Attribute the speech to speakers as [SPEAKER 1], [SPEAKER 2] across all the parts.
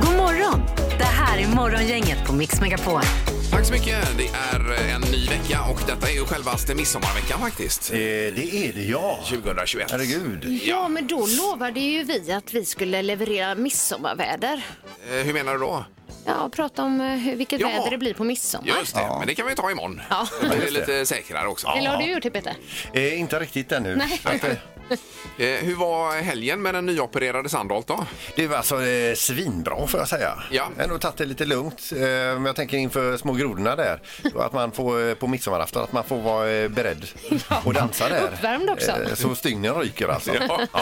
[SPEAKER 1] God morgon! Det här är Morgongänget på Mix Megapol.
[SPEAKER 2] Tack så mycket. Det är eh, en ny vecka och detta är ju självaste midsommarveckan faktiskt.
[SPEAKER 3] Eh, Det är det, ja.
[SPEAKER 2] 2021.
[SPEAKER 3] Herregud.
[SPEAKER 4] Ja, men då lovade ju vi att vi skulle leverera midsommarväder.
[SPEAKER 2] Eh, Hur menar du då?
[SPEAKER 4] Ja, prata om eh, hur- vilket
[SPEAKER 2] Ja.
[SPEAKER 4] väder det blir på midsommar.
[SPEAKER 2] Just det, men det kan vi ta imorgon.
[SPEAKER 4] Ja.
[SPEAKER 2] Då blir det
[SPEAKER 3] Just det.
[SPEAKER 2] lite säkrare också.
[SPEAKER 4] Eller har du gjort det Peter?
[SPEAKER 3] Eh, inte riktigt ännu.
[SPEAKER 4] Nej.
[SPEAKER 3] Att, eh,
[SPEAKER 2] Eh, Hur var helgen med den nyopererade Sandholt då?
[SPEAKER 3] Det var alltså eh, svinbra får jag säga.
[SPEAKER 2] Ja.
[SPEAKER 3] Ändå tagit det lite lugnt. Eh, men jag tänker inför små grodorna där. och Att man får eh, på midsommarafton, att man får vara eh, beredd och dansa där.
[SPEAKER 4] Uppvärmd också.
[SPEAKER 3] Eh, så stygnen ryker alltså.
[SPEAKER 2] Ja.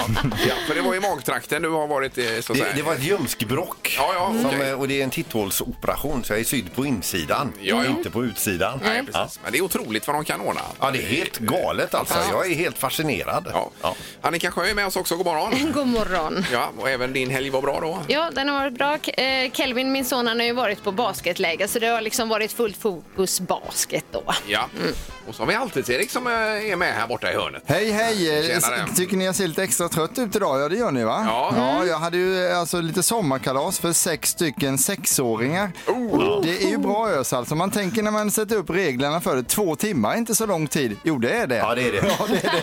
[SPEAKER 2] ja, för det var ju magtrakten du har varit eh, så att
[SPEAKER 3] Det,
[SPEAKER 2] säga.
[SPEAKER 3] det var ett ljumskbråck.
[SPEAKER 2] Ja, ja,
[SPEAKER 3] som,
[SPEAKER 2] okej.
[SPEAKER 3] eh, Och det är en titthålsoperation så jag är sydd på insidan.
[SPEAKER 2] Ja, ja.
[SPEAKER 3] Inte på utsidan.
[SPEAKER 2] Nej, precis. Men det är otroligt vad de kan ordna.
[SPEAKER 3] Ja, det är helt galet alltså. Jag är helt fascinerad.
[SPEAKER 2] Ja. Annika Sjö är med oss också. God morgon.
[SPEAKER 4] God morgon.
[SPEAKER 2] Ja, och även din helg var bra då?
[SPEAKER 4] Ja, den har varit bra. K- eh, Kelvin, min son, han har ju varit på basketläger så det har liksom varit fullt fokus basket då.
[SPEAKER 2] Ja. Och så har vi Alltids-Erik som eh, är med här borta i hörnet.
[SPEAKER 5] Hej hej! Eh,
[SPEAKER 2] Tjenare.
[SPEAKER 5] Tycker ni jag ser lite extra trött ut idag? Ja det gör ni va?
[SPEAKER 2] Ja.
[SPEAKER 5] jag hade ju eh, alltså lite sommarkalas för sex stycken sexåringar.
[SPEAKER 2] Oh.
[SPEAKER 5] Det är ju bra ös alltså. Man tänker när man sätter upp reglerna för det, två timmar är inte så lång tid. Jo det är det.
[SPEAKER 3] Ja, det är det. det,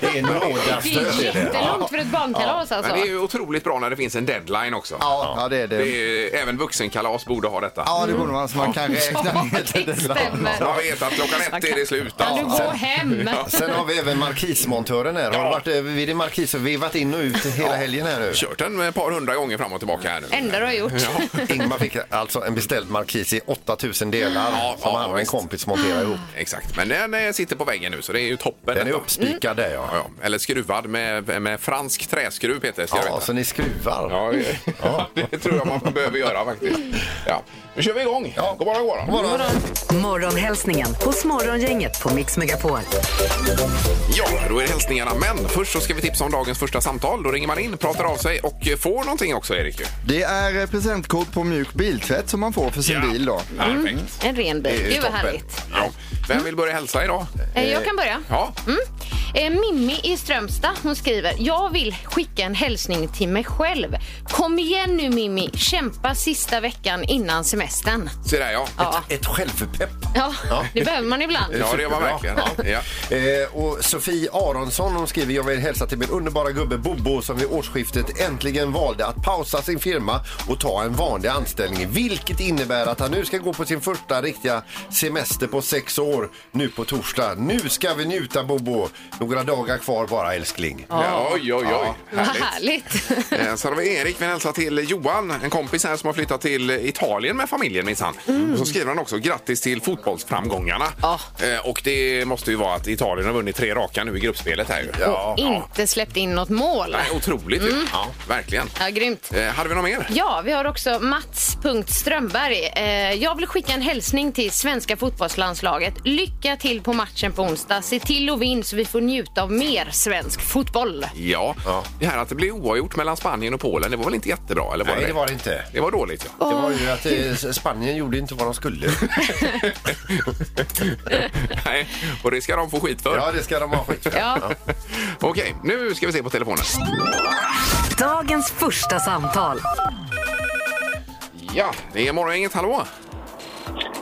[SPEAKER 3] är en
[SPEAKER 4] Det är
[SPEAKER 3] nådastöt.
[SPEAKER 4] jättelångt för ett barnkalas alltså.
[SPEAKER 2] Men det är ju otroligt bra när det finns en deadline också.
[SPEAKER 5] ja, ja, det, är det.
[SPEAKER 2] Det är ju, även vuxenkalas borde ha detta.
[SPEAKER 5] Ja det borde man så man kan räkna ner till
[SPEAKER 4] Det
[SPEAKER 5] det.
[SPEAKER 4] stämmer.
[SPEAKER 2] Jag vet att klockan ett är det slut.
[SPEAKER 4] Kan du
[SPEAKER 2] Ja.
[SPEAKER 4] gå hem?
[SPEAKER 3] Sen har vi även markismontören här. Har du varit eh, vid din markis och vevat in och ut hela helgen här nu?
[SPEAKER 2] Kört den ett par hundra gånger fram och tillbaka här nu.
[SPEAKER 4] Enda du har gjort.
[SPEAKER 3] Ingmar fick alltså en beställd markis i 8000 delar
[SPEAKER 2] Ja,
[SPEAKER 3] som
[SPEAKER 2] ja,
[SPEAKER 3] han och en
[SPEAKER 2] visst.
[SPEAKER 3] kompis monterade ihop.
[SPEAKER 2] Exakt, men den eh, sitter på väggen nu så det är ju toppen.
[SPEAKER 3] Den är
[SPEAKER 2] detta.
[SPEAKER 3] uppspikad där ja.
[SPEAKER 2] Mm. Ja, ja. Eller skruvad med, med fransk träskruv Peter. Ska
[SPEAKER 3] Ja,
[SPEAKER 2] jag
[SPEAKER 3] så
[SPEAKER 2] veta.
[SPEAKER 3] ni skruvar.
[SPEAKER 2] Ja, ja, det tror jag man behöver göra faktiskt. Ja. Nu kör vi igång. Ja. God morgon, god morgon.
[SPEAKER 1] Morgonhälsningen hos Morgongänget på Mix Megapol.
[SPEAKER 2] Ja, då är det hälsningarna. Men först så ska vi tipsa om dagens första samtal. Då ringer man in, pratar av sig och eh, får någonting också, Erik. ju.
[SPEAKER 5] Det är eh, presentkort på mjuk biltvätt som man får för sin
[SPEAKER 2] Ja.
[SPEAKER 5] bil då.
[SPEAKER 2] Perfekt.
[SPEAKER 4] En ren
[SPEAKER 2] Det är
[SPEAKER 4] bil.
[SPEAKER 2] ju
[SPEAKER 4] Gud vad
[SPEAKER 2] toppen.
[SPEAKER 4] härligt.
[SPEAKER 2] Ja. Vem vill börja hälsa idag?
[SPEAKER 4] Eh, Jag kan börja.
[SPEAKER 2] Ja.
[SPEAKER 4] Mm. Eh, Mimmi i Strömstad hon skriver Jag vill skicka en hälsning till mig själv. Kom igen nu Mimmi, kämpa sista veckan innan semestern.
[SPEAKER 2] Se där ja.
[SPEAKER 4] Ja,
[SPEAKER 3] Ett självpepp.
[SPEAKER 4] ja det behöver man ibland.
[SPEAKER 2] Ja, det gör man
[SPEAKER 3] Superbra.
[SPEAKER 2] verkligen. Ja.
[SPEAKER 3] Eh, och Sofie Aronsson hon skriver jag vill hälsa till min underbara gubbe Bobo som vid årsskiftet äntligen valde att pausa sin firma och ta en vanlig anställning. Vilket innebär att han nu ska gå på sin första riktiga semester på sex år nu på torsdag. Nu ska vi njuta Bobo! Några dagar kvar bara älskling.
[SPEAKER 2] Ja, oj, oj, oj.
[SPEAKER 4] Vad
[SPEAKER 2] Härligt.
[SPEAKER 4] härligt.
[SPEAKER 2] Eh, Sen har vi Erik, vi hälsar till Johan, en kompis här som har flyttat till Italien med familjen minsann. Och Så skriver han också grattis till fotbollsframgångarna.
[SPEAKER 4] Ja.
[SPEAKER 2] Eh, Och det måste ju vara att Italien har vunnit tre raka nu i gruppspelet här ju.
[SPEAKER 4] Och inte släppt in något mål.
[SPEAKER 2] Nej, otroligt ju. Ja, verkligen.
[SPEAKER 4] Ja, grymt.
[SPEAKER 2] Eh, Hade vi något mer?
[SPEAKER 4] Ja, vi har också Mats.Strömberg. Eh, jag vill skicka en hälsning till svenska fotbollslandslaget. Lycka till på matchen på onsdag. Se till att vinna så vi får njuta av mer svensk fotboll.
[SPEAKER 2] Ja. det här att det blev oavgjort mellan Spanien och Polen, det var väl inte jättebra? Eller var
[SPEAKER 3] Nej,
[SPEAKER 2] det?
[SPEAKER 3] det var det inte.
[SPEAKER 2] Det var dåligt ja.
[SPEAKER 3] Det var ju att eh, Spanien gjorde inte vad de skulle.
[SPEAKER 2] Nej, och det ska de få skit för.
[SPEAKER 3] Ja, det ska de ha skit för.
[SPEAKER 4] Ja.
[SPEAKER 2] Okej, nu ska vi se på telefonen.
[SPEAKER 1] Dagens första samtal.
[SPEAKER 2] Ja, det är Morgongänget. Hallå!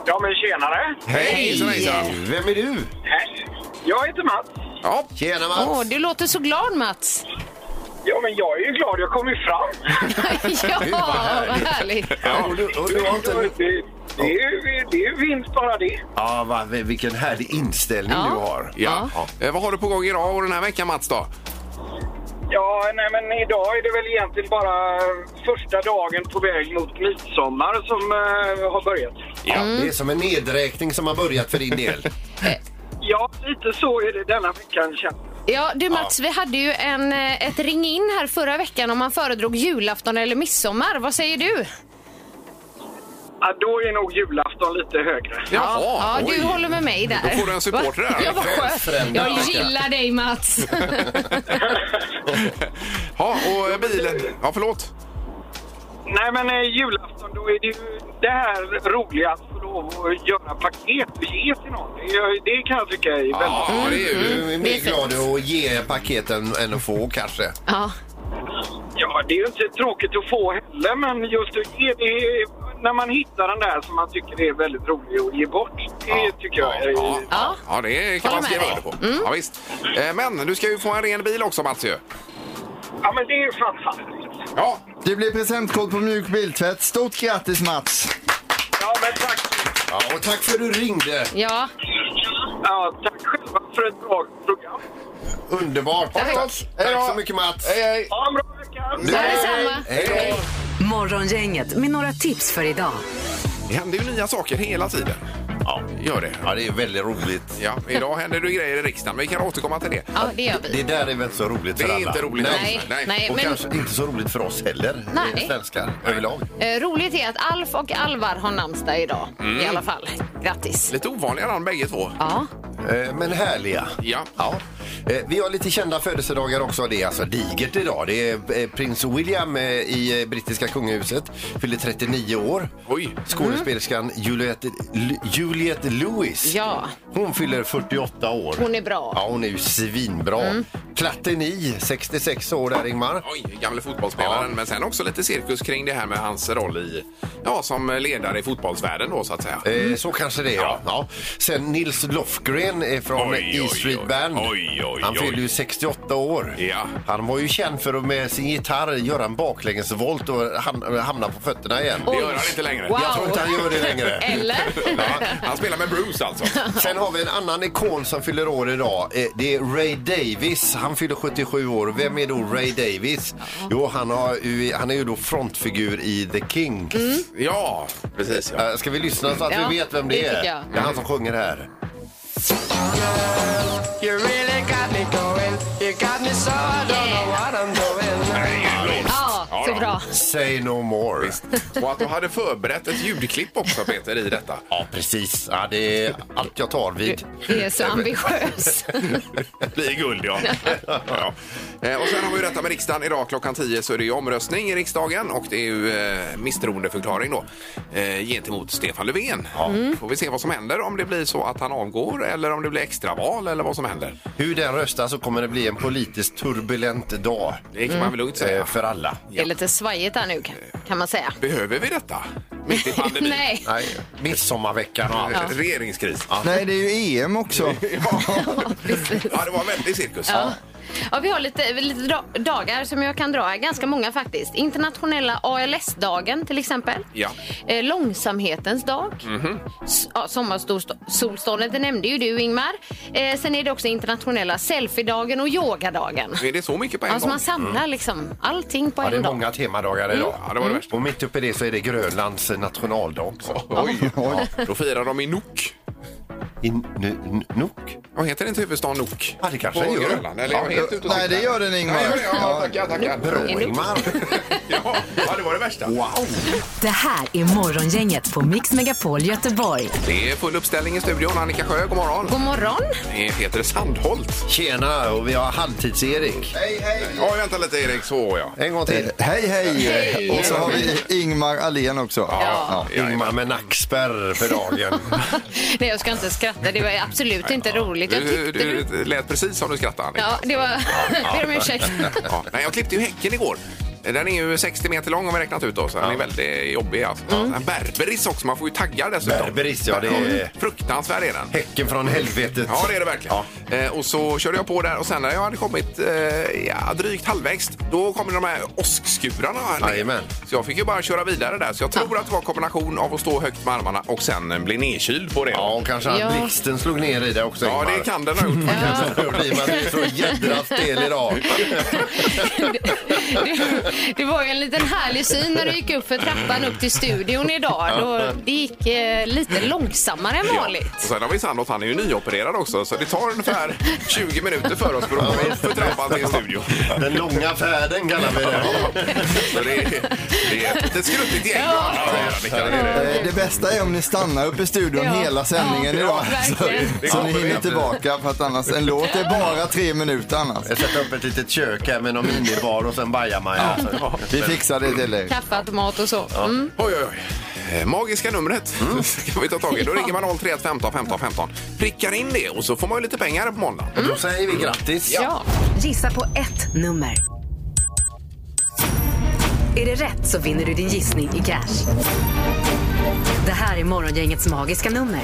[SPEAKER 6] Ja, men tjenare!
[SPEAKER 2] Hej! Hejsan, hejsan.
[SPEAKER 3] Vem är du?
[SPEAKER 6] Hej. Jag heter Mats.
[SPEAKER 2] Ja,
[SPEAKER 3] Tjena Mats!
[SPEAKER 4] Åh, du låter så glad Mats.
[SPEAKER 6] Ja, men jag är ju glad jag kom ju fram.
[SPEAKER 4] ja, vad härligt.
[SPEAKER 3] Ja, och du, och du har inte...
[SPEAKER 6] Det, det, är ju, det är ju vinst bara det.
[SPEAKER 3] Ja, va, vilken härlig inställning
[SPEAKER 4] Ja.
[SPEAKER 3] du har.
[SPEAKER 2] Ja. Eh, vad har du på gång idag och den här veckan Mats då?
[SPEAKER 6] Ja, nej, men idag är det väl egentligen bara första dagen på väg mot midsommar som eh, har börjat.
[SPEAKER 3] Ja,
[SPEAKER 4] Mm.
[SPEAKER 3] Det är som en nedräkning som har börjat för din del.
[SPEAKER 6] Ja, lite så är det denna veckan känns
[SPEAKER 4] Ja, du Mats, vi hade ju en, eh, ett ring in här förra veckan om man föredrog julafton eller midsommar. Vad säger du?
[SPEAKER 6] Ja, då är nog julafton lite högre.
[SPEAKER 2] Jaha,
[SPEAKER 4] Ja,
[SPEAKER 2] oj.
[SPEAKER 4] du håller med mig där.
[SPEAKER 2] Då får du en supporter här.
[SPEAKER 4] Jag,
[SPEAKER 3] Själsfrände,
[SPEAKER 4] jag
[SPEAKER 3] Annika.
[SPEAKER 4] gillar dig Mats.
[SPEAKER 2] Ja, och eh, bilen. Ja, förlåt.
[SPEAKER 6] Nej, men eh, julafton, då är det ju det här roliga att få lov att göra paket och ge till någon. Det, är- det kan jag tycka är väldigt...
[SPEAKER 2] Ja,
[SPEAKER 4] Mm.
[SPEAKER 2] det är ju...
[SPEAKER 3] Du är
[SPEAKER 4] det är
[SPEAKER 3] mer glad att ge paketen än att få kanske.
[SPEAKER 4] ja.
[SPEAKER 6] Ja, det är ju inte tråkigt att få heller, men just att ge det är- när man hittar den där som man tycker är väldigt rolig att ge bort. Det tycker jag är...
[SPEAKER 2] Ja, ja.
[SPEAKER 4] Ja.
[SPEAKER 2] ja det kan man
[SPEAKER 4] Håller med
[SPEAKER 2] skriva
[SPEAKER 4] dig. Mm.
[SPEAKER 2] under på. Ja, visst. Eh, Men du ska ju få en ren bil också, Mats. Ju.
[SPEAKER 6] Ja, men det är ju fantastiskt.
[SPEAKER 2] Ja,
[SPEAKER 5] Det blir presentkod på mjuk biltvätt. Stort grattis Mats!
[SPEAKER 6] Ja, men tack.
[SPEAKER 3] Ja, och tack för att du ringde.
[SPEAKER 4] ja.
[SPEAKER 6] Ja, tack själva för ett bra program.
[SPEAKER 3] Underbart.
[SPEAKER 4] Tack.
[SPEAKER 3] Tack så mycket Mats.
[SPEAKER 2] Hej, hej.
[SPEAKER 6] Ha en bra vecka!
[SPEAKER 4] Ja, detsamma.
[SPEAKER 3] Hej då.
[SPEAKER 1] Morgongänget med några tips för idag.
[SPEAKER 2] Det händer ju nya saker hela tiden. Ja, gör det.
[SPEAKER 3] Ja, det är väldigt roligt.
[SPEAKER 2] Ja, idag händer det grejer i riksdagen, men vi kan återkomma till det.
[SPEAKER 4] ja, det gör
[SPEAKER 3] Det
[SPEAKER 4] vi.
[SPEAKER 3] där är väl inte så roligt
[SPEAKER 2] Det
[SPEAKER 3] för
[SPEAKER 2] är
[SPEAKER 3] alla?
[SPEAKER 2] inte roligt.
[SPEAKER 4] Nej,
[SPEAKER 2] Nej.
[SPEAKER 4] nej.
[SPEAKER 3] Och
[SPEAKER 4] men
[SPEAKER 3] kanske inte så roligt för oss heller,
[SPEAKER 4] Nej.
[SPEAKER 3] eh, svenskar överlag.
[SPEAKER 4] eh, roligt är att Alf och Alvar har namnsdag idag. I alla fall. Grattis.
[SPEAKER 2] Lite ovanliga namn bägge två.
[SPEAKER 4] Ja.
[SPEAKER 3] Eh, Men härliga.
[SPEAKER 2] Ja.
[SPEAKER 3] Ja. Eh, Vi har lite kända födelsedagar också. Det är alltså digert idag. Det är eh, prins William eh, i eh, brittiska kungahuset. Fyller 39 år.
[SPEAKER 2] Oj.
[SPEAKER 3] Skådespelerskan Juliette, L- Juliette Lewis.
[SPEAKER 4] Mm. Ja.
[SPEAKER 3] Hon fyller 48 år.
[SPEAKER 4] Hon är bra. Mm.
[SPEAKER 3] Ja, hon är ju svinbra. Platini, 66 år där Ingmar.
[SPEAKER 2] Oj, gamle fotbollsspelaren. Men sen också lite cirkus kring det här med hans roll i, ja, som ledare i fotbollsvärlden då så att säga.
[SPEAKER 3] Eh, Så kanske det är, ja. ja. Sen Nils Lofgren är från
[SPEAKER 2] Oj, oj,
[SPEAKER 3] E Street
[SPEAKER 2] oj.
[SPEAKER 3] Band.
[SPEAKER 2] Oj, oj,
[SPEAKER 3] Han
[SPEAKER 2] oj.
[SPEAKER 3] fyller ju 68 år.
[SPEAKER 2] Ja.
[SPEAKER 3] Han var ju känd för att med sin gitarr göra en baklängesvolt och ham- hamna på fötterna igen.
[SPEAKER 2] Det gör han inte längre.
[SPEAKER 4] Wow.
[SPEAKER 3] Jag tror inte han gör det längre.
[SPEAKER 4] Eller?
[SPEAKER 2] Han spelar med Bruce alltså.
[SPEAKER 3] Sen har vi en annan ikon som fyller år idag. Eh, Det är Ray Davis. Han fyller 77 år. Vem är då Ray Davis? Jo, han, har, ju- han är ju då frontfigur i The Kings.
[SPEAKER 2] Mm. Ja, precis. Ja.
[SPEAKER 3] Eh, Ska vi lyssna så att
[SPEAKER 4] Ja,
[SPEAKER 3] vi vet vem det,
[SPEAKER 4] det
[SPEAKER 3] är?
[SPEAKER 4] tycker jag.
[SPEAKER 3] Det är han som sjunger här.
[SPEAKER 4] Ja, så
[SPEAKER 2] då.
[SPEAKER 4] bra.
[SPEAKER 3] Say no more.
[SPEAKER 2] Och att du hade förberett ett ljudklipp också Peter i detta.
[SPEAKER 3] Ja, precis. Ja, det är allt jag tar vid.
[SPEAKER 4] Det är så ambitiöst.
[SPEAKER 2] Blir guld ja. ja. Eh, Och sen har vi ju detta med riksdagen. Idag klockan 10 så är det ju omröstning i riksdagen och det är ju eh, misstroendeförklaring då eh, gentemot Stefan Löfven. Får vi se vad som händer om det blir så att han avgår eller om det blir extraval eller vad som händer.
[SPEAKER 3] Hur den röstar så kommer det bli en politiskt turbulent dag
[SPEAKER 2] Det kan man väl lugnt säga.
[SPEAKER 3] eh, för alla.
[SPEAKER 4] Det är lite svajigt här nu kan- kan man säga.
[SPEAKER 2] Behöver vi detta mitt i pandemin?
[SPEAKER 4] Nej.
[SPEAKER 3] Nej, midsommarveckan och allt.
[SPEAKER 2] Ja. Regeringskris. Ja.
[SPEAKER 5] Nej, det är ju EM också.
[SPEAKER 2] ja, det var en väldig cirkus.
[SPEAKER 4] Ja. Ja, vi har lite, lite dra- dagar som jag kan dra, ganska många faktiskt. Internationella ALS-dagen till exempel.
[SPEAKER 2] Ja. Mhm.
[SPEAKER 4] Eh, långsamhetens dag. S- ja, Sommarsolståndet, det nämnde ju du Ingmar. Eh, sen är det också internationella selfiedagen och yogadagen.
[SPEAKER 2] Är det så mycket på en
[SPEAKER 4] Alltså
[SPEAKER 2] gång? Mm.
[SPEAKER 4] man samlar liksom allting på
[SPEAKER 3] Ja, det är
[SPEAKER 4] en dag.
[SPEAKER 3] många temadagar idag.
[SPEAKER 2] Ja, det var det värsta.
[SPEAKER 3] Och mitt uppe i det så är det Grönlands nationaldag också.
[SPEAKER 2] Oj, Då firar de i Nok.
[SPEAKER 3] I N- N- Nuuk?
[SPEAKER 2] Vad heter inte huvudstaden Nok?
[SPEAKER 3] Ja, det kanske
[SPEAKER 2] på
[SPEAKER 3] det gör.
[SPEAKER 2] Grönland? Eller är jag helt ute och
[SPEAKER 5] Nej,
[SPEAKER 2] cyklar?
[SPEAKER 5] det gör den
[SPEAKER 2] Nej,
[SPEAKER 5] Ingmar.
[SPEAKER 2] gör det? Ja, tackar, tackar.
[SPEAKER 3] Bra, Ingmar.
[SPEAKER 2] Ja, ja, det var det värsta.
[SPEAKER 3] Wow!
[SPEAKER 1] Det här är Morgongänget på Mix Megapol Göteborg.
[SPEAKER 2] Det är full uppställning i studion. Annika Sjö, god morgon.
[SPEAKER 4] God morgon!
[SPEAKER 2] Det är Peter Sandholt.
[SPEAKER 3] Tjena, och vi har halvtids-Erik.
[SPEAKER 2] Ja, vänta lite Erik. Så ja.
[SPEAKER 3] En gång till.
[SPEAKER 5] Eh, Hej, hej! Och så har vi Ingmar Ahlén också. Ja.
[SPEAKER 2] Eh,
[SPEAKER 3] Ingmar med nackspärr för dagen.
[SPEAKER 4] Nej, jag ska inte skratta. Det var absolut inte roligt. Jag
[SPEAKER 2] Du,
[SPEAKER 4] tyckte
[SPEAKER 2] du
[SPEAKER 4] du...
[SPEAKER 2] du lät precis som du skrattade Annika.
[SPEAKER 4] Ja, det var... Ber om ursäkt.
[SPEAKER 2] Ja. Nej, jag klippte ju häcken igår. Den är ju 60 meter lång om jag räknat ut då, så den är väldigt jobbig. Alltså. Mm. Berberis också, man får ju taggar dessutom.
[SPEAKER 3] Berberis, ja, det är-
[SPEAKER 2] Fruktansvärd är den.
[SPEAKER 3] Häcken från helvetet.
[SPEAKER 2] Ja, det är det verkligen. Eh, och så körde jag på där och sen när jag hade kommit eh, ja, drygt halvvägs, då kom de här åskskurarna. ner.
[SPEAKER 3] Jajamän.
[SPEAKER 2] Så jag fick ju bara köra vidare där. Så jag tror att det var en kombination av att stå högt med armarna och sen eh, bli nedkyld på det.
[SPEAKER 3] Ja, och kanske att
[SPEAKER 4] Ja.
[SPEAKER 3] blixten slog ner i det också,
[SPEAKER 2] Ja,
[SPEAKER 3] Ingmar.
[SPEAKER 2] det kan den ha gjort. faktiskt.
[SPEAKER 3] Så blir man ju så jädra stel idag.
[SPEAKER 4] Det- Det var ju en liten härlig syn när du gick upp för trappan upp till studion idag. Då det gick eh, lite långsammare än
[SPEAKER 2] Och
[SPEAKER 4] vanligt.
[SPEAKER 2] sen har vi Sandot, han är ju nyopererad också så det tar ungefär 20 minuter för oss för att komma upp för trappan till studion.
[SPEAKER 3] Den långa färden kallar vi det.
[SPEAKER 2] Så det, är- det är ett litet skruttigt gäng. Ja. Mikael, det är det.
[SPEAKER 5] Eh, Det bästa är om ni stannar uppe i studion
[SPEAKER 4] Ja.
[SPEAKER 5] hela sändningen
[SPEAKER 4] Ja,
[SPEAKER 5] idag.
[SPEAKER 4] verkligen.
[SPEAKER 5] Så, så ni hinner
[SPEAKER 2] Ja.
[SPEAKER 5] tillbaka för att annars, en låt är bara tre minuter annars.
[SPEAKER 3] Jag sätter upp ett litet kök här med någon minibar och sen bajamaja. Ja.
[SPEAKER 5] Vi fixar det till er.
[SPEAKER 4] Kaffeautomat och så. Mm.
[SPEAKER 2] Oj, oj, oj. Eh, Magiska numret kan vi ta tag i. Då ringer man 031 15 15 15. Prickar in det och så får man ju lite pengar på måndag.
[SPEAKER 3] Då säger vi grattis.
[SPEAKER 4] Ja.
[SPEAKER 1] Gissa på ett nummer. Är det rätt så vinner du din gissning i cash. Det här är Morgongängets magiska nummer.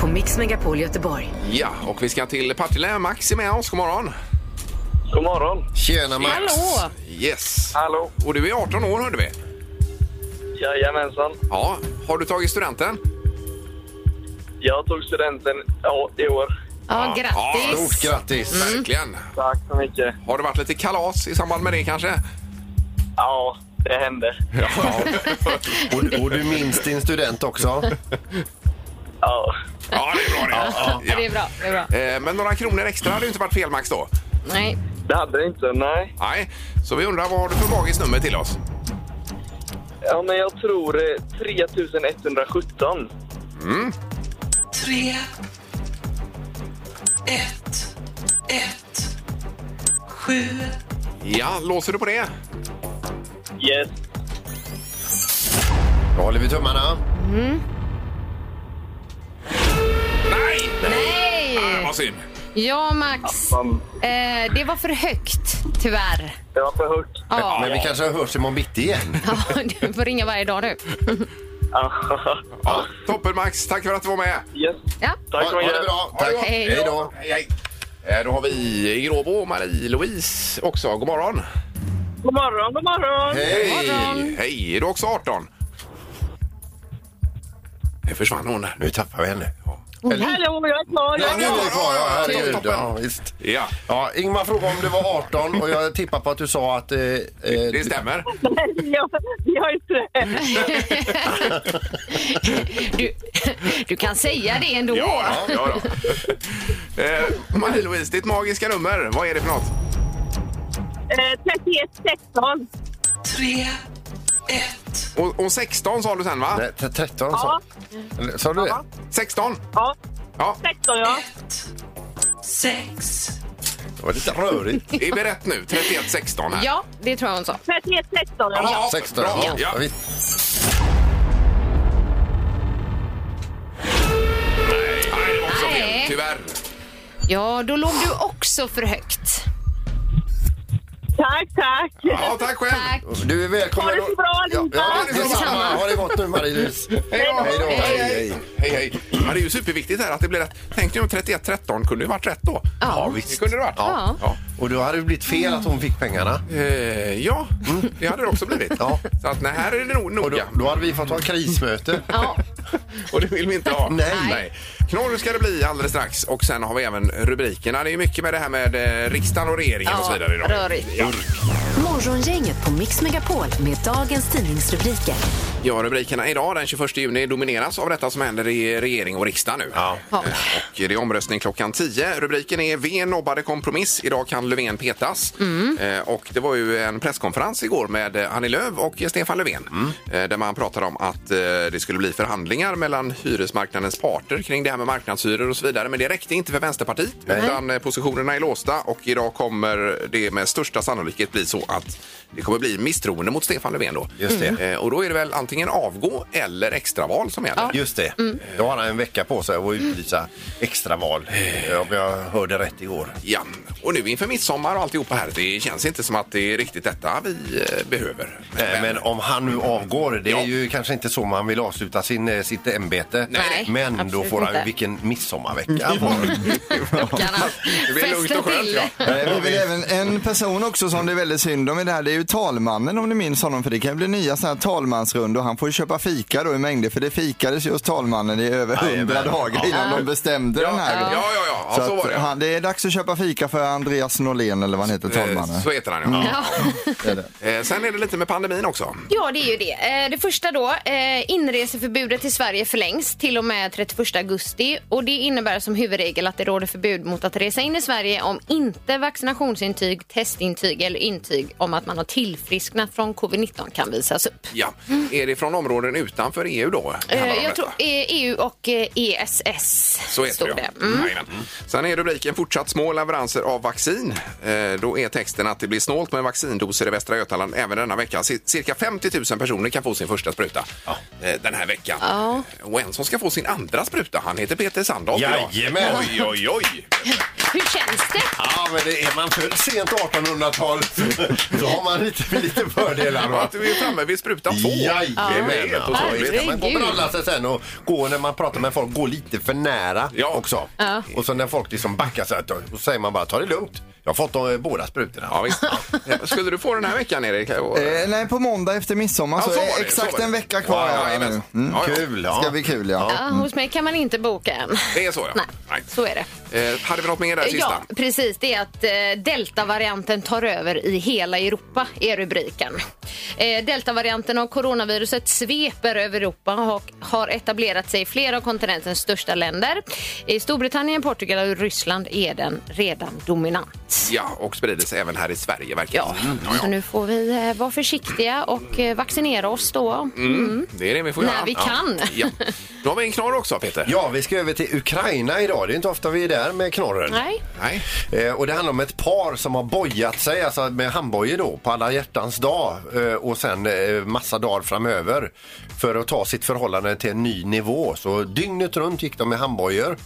[SPEAKER 1] På Mix Megapol Göteborg.
[SPEAKER 2] Ja, och vi ska till Partille. Max är med oss. God morgon.
[SPEAKER 6] God morgon.
[SPEAKER 3] Tjena Max.
[SPEAKER 4] Hallå!
[SPEAKER 2] Yes.
[SPEAKER 6] Hallå.
[SPEAKER 2] Och du är 18 år hörde vi.
[SPEAKER 6] Jajamensan.
[SPEAKER 2] Ja. Har du tagit studenten?
[SPEAKER 6] Jag tog studenten ja, i år.
[SPEAKER 4] Ja,
[SPEAKER 3] Stort
[SPEAKER 4] grattis!
[SPEAKER 3] grattis.
[SPEAKER 2] Verkligen.
[SPEAKER 6] Tack så mycket.
[SPEAKER 2] Har det varit lite kalas i samband med det kanske?
[SPEAKER 6] Ja, det hände.
[SPEAKER 2] Ja.
[SPEAKER 3] Och, och du minns din student också.
[SPEAKER 6] Ja.
[SPEAKER 2] Ja, det är bra det. Ja,
[SPEAKER 4] Det är bra. Det är bra.
[SPEAKER 2] Eh, Men några kronor extra hade ju inte varit fel Max då.
[SPEAKER 4] Nej.
[SPEAKER 6] Det hade det inte, nej.
[SPEAKER 2] Nej, så vi undrar vad har du för magiskt nummer till oss?
[SPEAKER 6] Ja, men jag tror eh, 3117.
[SPEAKER 7] Tre, ett, ett, sju.
[SPEAKER 2] Ja, låser du på det?
[SPEAKER 6] Yes.
[SPEAKER 3] Då håller vi tummarna.
[SPEAKER 2] Nej! Ah,
[SPEAKER 4] Nej!
[SPEAKER 2] vad synd.
[SPEAKER 4] Ja, Max.
[SPEAKER 6] Fan,
[SPEAKER 4] Eh, det var för högt, tyvärr.
[SPEAKER 6] det var för högt.
[SPEAKER 4] Ja,
[SPEAKER 3] Men vi kanske hörs imorgon bitti igen.
[SPEAKER 4] ja, du får ringa varje dag nu.
[SPEAKER 6] Ja.
[SPEAKER 2] Ja, toppen Max, tack för att du var med.
[SPEAKER 6] Yes.
[SPEAKER 4] Ja.
[SPEAKER 6] Tack
[SPEAKER 3] Ha,
[SPEAKER 6] så
[SPEAKER 3] ha
[SPEAKER 6] mycket.
[SPEAKER 3] det bra.
[SPEAKER 2] Ha det
[SPEAKER 3] Tack.
[SPEAKER 2] gott.
[SPEAKER 4] Hej.
[SPEAKER 3] Hej då.
[SPEAKER 2] Hej, hej. Eh, Då har vi i Gråbo Marie-Louise också. God morgon.
[SPEAKER 6] God morgon, god morgon!
[SPEAKER 2] Hej! Hej! Är du också 18? Nu försvann hon här.
[SPEAKER 3] Nu tappar vi henne.
[SPEAKER 6] Hallå, jag är klar!
[SPEAKER 3] Ja, nu är det kvar. Ja, herregud.
[SPEAKER 2] Toppen.
[SPEAKER 3] Ja, visst.
[SPEAKER 2] Ja,
[SPEAKER 3] Ja, Ingmar frågade om du var 18 och jag tippar på att du sa att... Eh, eh,
[SPEAKER 2] det stämmer.
[SPEAKER 6] Jag, jag är inte
[SPEAKER 4] Du, du kan säga det ändå.
[SPEAKER 2] Ja, då, ja då. Eh, Marie-Louise, ditt magiska nummer, vad är det för något?
[SPEAKER 6] eh, 31, 16.
[SPEAKER 7] Tre, ett.
[SPEAKER 2] Och, och 16 sa du sen, va?
[SPEAKER 3] nej, t- 13 sa, Eller, sa du det?
[SPEAKER 2] 16?
[SPEAKER 6] Ja,
[SPEAKER 2] Ja,
[SPEAKER 6] 16 ja.
[SPEAKER 7] Sex.
[SPEAKER 3] Det var lite rörigt.
[SPEAKER 2] är vi rätt nu? 31-16 här.
[SPEAKER 4] Ja, det tror jag hon sa.
[SPEAKER 6] 31, 16
[SPEAKER 2] Ja,
[SPEAKER 3] 16.
[SPEAKER 2] bra.
[SPEAKER 3] Ja.
[SPEAKER 2] Ja.
[SPEAKER 3] visst.
[SPEAKER 2] Nej, det var också fel.
[SPEAKER 4] Nej.
[SPEAKER 2] Tyvärr.
[SPEAKER 4] Ja, då låg du också för högt.
[SPEAKER 6] Tack, tack!
[SPEAKER 2] Ja, tack själv.
[SPEAKER 4] Tack.
[SPEAKER 3] Du är välkommen.
[SPEAKER 6] Ha det så bra, allihopa.
[SPEAKER 3] Ja, ja, detsamma. Ha det gott nu, Marie-Louise.
[SPEAKER 2] Hej då.
[SPEAKER 3] Hej då.
[SPEAKER 2] Hej,
[SPEAKER 3] Hej,
[SPEAKER 2] hej.
[SPEAKER 3] hej.
[SPEAKER 2] Hej, hej. Ja, det är ju superviktigt här att det blir rätt. Tänk dig om 31-13 kunde ju varit rätt då.
[SPEAKER 4] Ja,
[SPEAKER 2] visst. kunde det varit.
[SPEAKER 4] Ja.
[SPEAKER 2] Ja.
[SPEAKER 3] Och då hade det blivit fel att hon fick pengarna.
[SPEAKER 2] Eh, ja, det hade det också blivit.
[SPEAKER 3] Ja.
[SPEAKER 2] Så att, nej, här är det nog
[SPEAKER 3] Och då,
[SPEAKER 2] noga.
[SPEAKER 3] då hade vi fått ha krismöte.
[SPEAKER 4] Ja.
[SPEAKER 2] Och det vill vi inte ha.
[SPEAKER 3] Nej.
[SPEAKER 2] Knorr ska det bli alldeles strax. Och sen har vi även rubrikerna. Det är ju mycket med det här med eh, riksdagen och regeringen och så vidare idag.
[SPEAKER 4] rörigt.
[SPEAKER 2] Ja.
[SPEAKER 1] Morgongänget på Mix Megapol med dagens tidningsrubriker.
[SPEAKER 2] Ja, rubrikerna idag den 21 juni domineras av detta som händer i regering och riksdag nu. Eh,
[SPEAKER 4] Ja.
[SPEAKER 2] Och det är omröstning klockan 10. Rubriken är V nobbade kompromiss. Idag kan Löfven petas. Eh, Och det var ju en presskonferens igår med eh, Annie Lööf och Stefan Löfven
[SPEAKER 3] Mm.
[SPEAKER 2] eh, där man pratade om att eh, det skulle bli förhandlingar mellan hyresmarknadens parter kring det här med marknadshyror och så vidare. Men det räckte inte för Vänsterpartiet utan eh, positionerna är låsta och idag kommer det med största sannolikhet bli så att det kommer bli misstroende mot Stefan Löfven då.
[SPEAKER 3] Just det.
[SPEAKER 2] Eh, Och då är det väl antingen avgå eller extraval som gäller.
[SPEAKER 3] Just det.
[SPEAKER 6] Mm.
[SPEAKER 3] Då har han en vecka på sig att utlysa extraval. eh, Om jag hörde rätt igår.
[SPEAKER 2] Ja, och nu inför midsommar och alltihopa här, det känns inte som att det är riktigt detta vi eh, behöver.
[SPEAKER 3] Eh, Men om han nu avgår, det
[SPEAKER 2] Ja.
[SPEAKER 3] är ju kanske inte så man vill avsluta sin, eh, sitt ämbete.
[SPEAKER 4] Nej,
[SPEAKER 3] Men då
[SPEAKER 4] absolut
[SPEAKER 3] får han ju
[SPEAKER 4] inte.
[SPEAKER 3] vilken midsommarvecka han får.
[SPEAKER 4] Stackarna.
[SPEAKER 2] det blir lugnt och skönt. Ja.
[SPEAKER 5] Eh, Vi vill även en person också som det är väldigt synd om i det här. Det är ju talmannen om ni minns honom. För det kan ju bli nya sådana här talmansrundor. och han får ju köpa fika då i mängder för det fikades ju hos talmannen i över
[SPEAKER 3] Jajamän.
[SPEAKER 5] hundra dagar innan
[SPEAKER 3] Ja.
[SPEAKER 5] de bestämde
[SPEAKER 2] Ja,
[SPEAKER 5] den här.
[SPEAKER 2] ja, ja, ja. Ja, så
[SPEAKER 5] att
[SPEAKER 2] var det.
[SPEAKER 5] Han, det är dags att köpa fika för Andreas Norlén eller vad han heter, talmannen.
[SPEAKER 2] Eh, Så heter han ja.
[SPEAKER 5] Är det.
[SPEAKER 2] Eh, Sen är det lite med pandemin också.
[SPEAKER 4] Ja, det är ju det. Eh, Det första då, eh, inreseförbudet till Sverige förlängs till och med 31 augusti och det innebär som huvudregel att det råder förbud mot att resa in i Sverige om inte vaccinationsintyg, testintyg eller intyg om att man har tillfrisknat från covid-19 kan visas upp.
[SPEAKER 2] Ja. Är det från områden utanför EU då? det
[SPEAKER 4] Mm.
[SPEAKER 2] handlar om
[SPEAKER 4] Eh, Jag
[SPEAKER 2] detta?
[SPEAKER 4] tror eh, EU och eh, ESS
[SPEAKER 2] Så heter
[SPEAKER 4] stod
[SPEAKER 2] det. ja.
[SPEAKER 4] det. Mm.
[SPEAKER 2] Jajamän. Sen är rubriken fortsatt små leveranser av vaccin. Eh, då är texten att det blir snålt med vaccindoser i Västra Götaland även denna vecka. Cir- Cirka 50 000 personer kan få sin första spruta eh, den här veckan. Eh, Och en som ska få sin andra spruta, han heter Peter Sandholt. idag.
[SPEAKER 3] Jajamän.
[SPEAKER 2] Oj, oj, oj!
[SPEAKER 4] Hur känns det?
[SPEAKER 3] Ja, men det är man född sent 1800-tal så har man lite, lite fördelar.
[SPEAKER 2] Ja,
[SPEAKER 3] Va?
[SPEAKER 2] att du är framme vid spruta två.
[SPEAKER 3] Jajamän!
[SPEAKER 2] Det är helt
[SPEAKER 3] Ja,
[SPEAKER 2] otroligt.
[SPEAKER 3] vet, Man
[SPEAKER 4] Herregud.
[SPEAKER 3] kommer alla sig sen och gå när man pratar med folk, gå lite för nära
[SPEAKER 2] Ja.
[SPEAKER 3] också. Och så när folk liksom backar så här, då- då säger man bara ta det lugnt. Jag har fått de, båda sprutorna.
[SPEAKER 2] Ja, visst. Ja. Skulle du få den här veckan, Erik?
[SPEAKER 5] Eh, nej, på måndag efter midsommar så,
[SPEAKER 2] så var
[SPEAKER 5] är
[SPEAKER 2] det,
[SPEAKER 5] exakt
[SPEAKER 2] så var det.
[SPEAKER 5] en vecka kvar.
[SPEAKER 2] Ja,
[SPEAKER 5] här
[SPEAKER 2] jajamän.
[SPEAKER 5] nu. Mm.
[SPEAKER 2] Ja, ja.
[SPEAKER 3] Kul! Ja.
[SPEAKER 5] Ska bli kul ja.
[SPEAKER 4] Ja, hos mig kan man inte boka än.
[SPEAKER 2] Det är så, ja.
[SPEAKER 4] Nej,
[SPEAKER 2] Nej.
[SPEAKER 4] så är det.
[SPEAKER 2] Eh, hade vi något mer där sista?
[SPEAKER 4] Ja, precis. Det är att eh, deltavarianten tar över i hela Europa, är rubriken. Eh, deltavarianten av coronaviruset sveper över Europa och har etablerat sig i flera av kontinentens största länder. I Storbritannien, Portugal och Ryssland är den redan dominant.
[SPEAKER 2] Ja, och sprider sig även här i Sverige verkar det som. Mm, ja,
[SPEAKER 4] Så nu får vi eh, vara försiktiga och eh, vaccinera oss då. Mm,
[SPEAKER 2] Det är det vi får
[SPEAKER 4] När
[SPEAKER 2] göra.
[SPEAKER 4] vi kan.
[SPEAKER 2] Ja. Ja. Då har vi en knorr också, Peter.
[SPEAKER 3] Ja, vi ska över till Ukraina idag. Det är inte ofta vi är där med knorren.
[SPEAKER 4] Nej.
[SPEAKER 2] Nej.
[SPEAKER 3] Eh, och det handlar om ett par som har bojat sig, alltså med handbojor då, på alla hjärtans dag eh, och sen eh, massa dagar framöver för att ta sitt förhållande till en ny nivå. Så dygnet runt gick de med handbojor.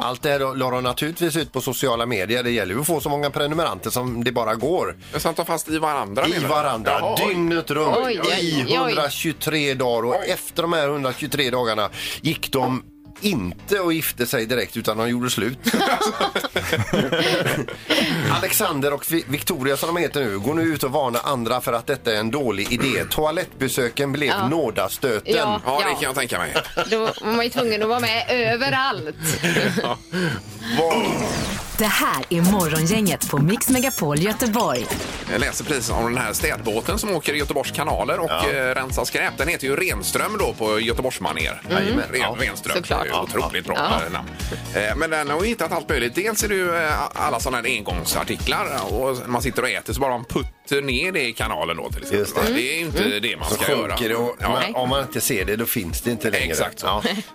[SPEAKER 3] Allt det här då la de naturligtvis ut på sociala medier. Det gäller ju att få så många prenumeranter som det bara går.
[SPEAKER 2] Så han tar fast i varandra?
[SPEAKER 3] I
[SPEAKER 2] menar du?
[SPEAKER 3] varandra,
[SPEAKER 2] Jaha.
[SPEAKER 3] dygnet runt,
[SPEAKER 4] Oj, oj, oj.
[SPEAKER 3] i 123 dagar. Och efter de här 123 dagarna gick de inte och gifte sig direkt utan de gjorde slut. Alexander och Vi- Victoria som de heter nu går nu ut och varnar andra för att detta är en dålig
[SPEAKER 2] Mm.
[SPEAKER 3] idé. Toalettbesöken blev nådastöten.
[SPEAKER 4] Ja.
[SPEAKER 2] Ja, det kan jag tänka mig.
[SPEAKER 4] Då var man ju tvungen att vara med överallt.
[SPEAKER 1] Det här är Morgongänget på Mix Megapol Göteborg.
[SPEAKER 2] Jag läser precis om den här städbåten som åker i Göteborgs kanaler och eh, rensar skräp. Den heter ju Renström då på Göteborgsmanér. Mm. Ren,
[SPEAKER 3] Ja.
[SPEAKER 2] Renström.
[SPEAKER 4] Såklart.
[SPEAKER 2] Det är ju otroligt bra eh, namn. Eh, Men den har ju hittat allt möjligt. Dels är det ju eh, alla sådana här engångsartiklar och när man sitter och äter så bara man putter ner det i kanalen då till exempel.
[SPEAKER 3] Just det.
[SPEAKER 2] va? är ju
[SPEAKER 4] Mm.
[SPEAKER 2] inte det man
[SPEAKER 3] Så
[SPEAKER 2] ska göra.
[SPEAKER 3] sjunker det och
[SPEAKER 2] Ja.
[SPEAKER 3] man, om man inte ser det då finns det inte längre.
[SPEAKER 2] Exakt så.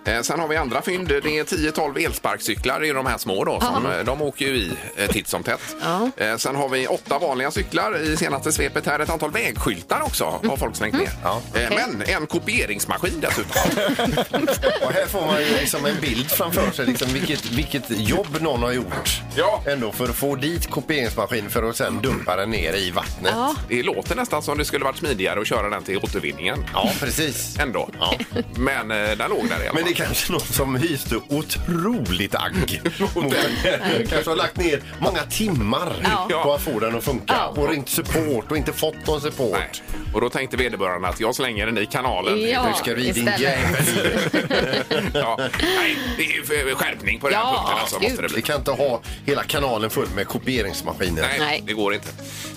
[SPEAKER 3] Ja.
[SPEAKER 2] Eh, Sen har vi andra fynd. Det är 10-12 elsparkcyklar, det är de här små då. Som, eh, de åker ju i eh, titt som tätt.
[SPEAKER 4] Ja.
[SPEAKER 2] Eh, Sen har vi åtta vanliga cyklar i senaste svepet här. Ett antal vägskyltar också har folk slängt ner.
[SPEAKER 3] Ja.
[SPEAKER 2] Eh, Men en kopieringsmaskin dessutom.
[SPEAKER 3] Och här får man ju liksom en bild framför sig, liksom vilket, vilket jobb någon har gjort.
[SPEAKER 2] Ja.
[SPEAKER 3] Ändå för att få dit kopieringsmaskin för att sen dumpa den ner i vattnet.
[SPEAKER 4] Ja.
[SPEAKER 2] Det låter nästan som det skulle varit smidigare att köra den till återvinningen.
[SPEAKER 3] Ja, precis.
[SPEAKER 2] Ändå.
[SPEAKER 3] Ja.
[SPEAKER 2] Men eh, den låg där i alla
[SPEAKER 3] Men
[SPEAKER 2] fall.
[SPEAKER 3] det är kanske någon som hyste otroligt agg mot den. kanske har lagt ner många timmar
[SPEAKER 4] Ja.
[SPEAKER 3] på att få den att funka
[SPEAKER 4] Ja.
[SPEAKER 3] och ringt support och inte fått någon support.
[SPEAKER 2] Nej. Och då tänkte vederbörande att jag slänger den i kanalen.
[SPEAKER 4] Ja.
[SPEAKER 3] Nu ska du i din
[SPEAKER 4] istället.
[SPEAKER 3] jävel.
[SPEAKER 2] Ja. Nej, det är ju för- skärpning på den
[SPEAKER 4] Ja,
[SPEAKER 2] punkten alltså, måste det bli.
[SPEAKER 3] Vi kan inte ha hela kanalen full med kopieringsmaskiner.
[SPEAKER 2] Nej,
[SPEAKER 4] Nej.
[SPEAKER 2] det går inte.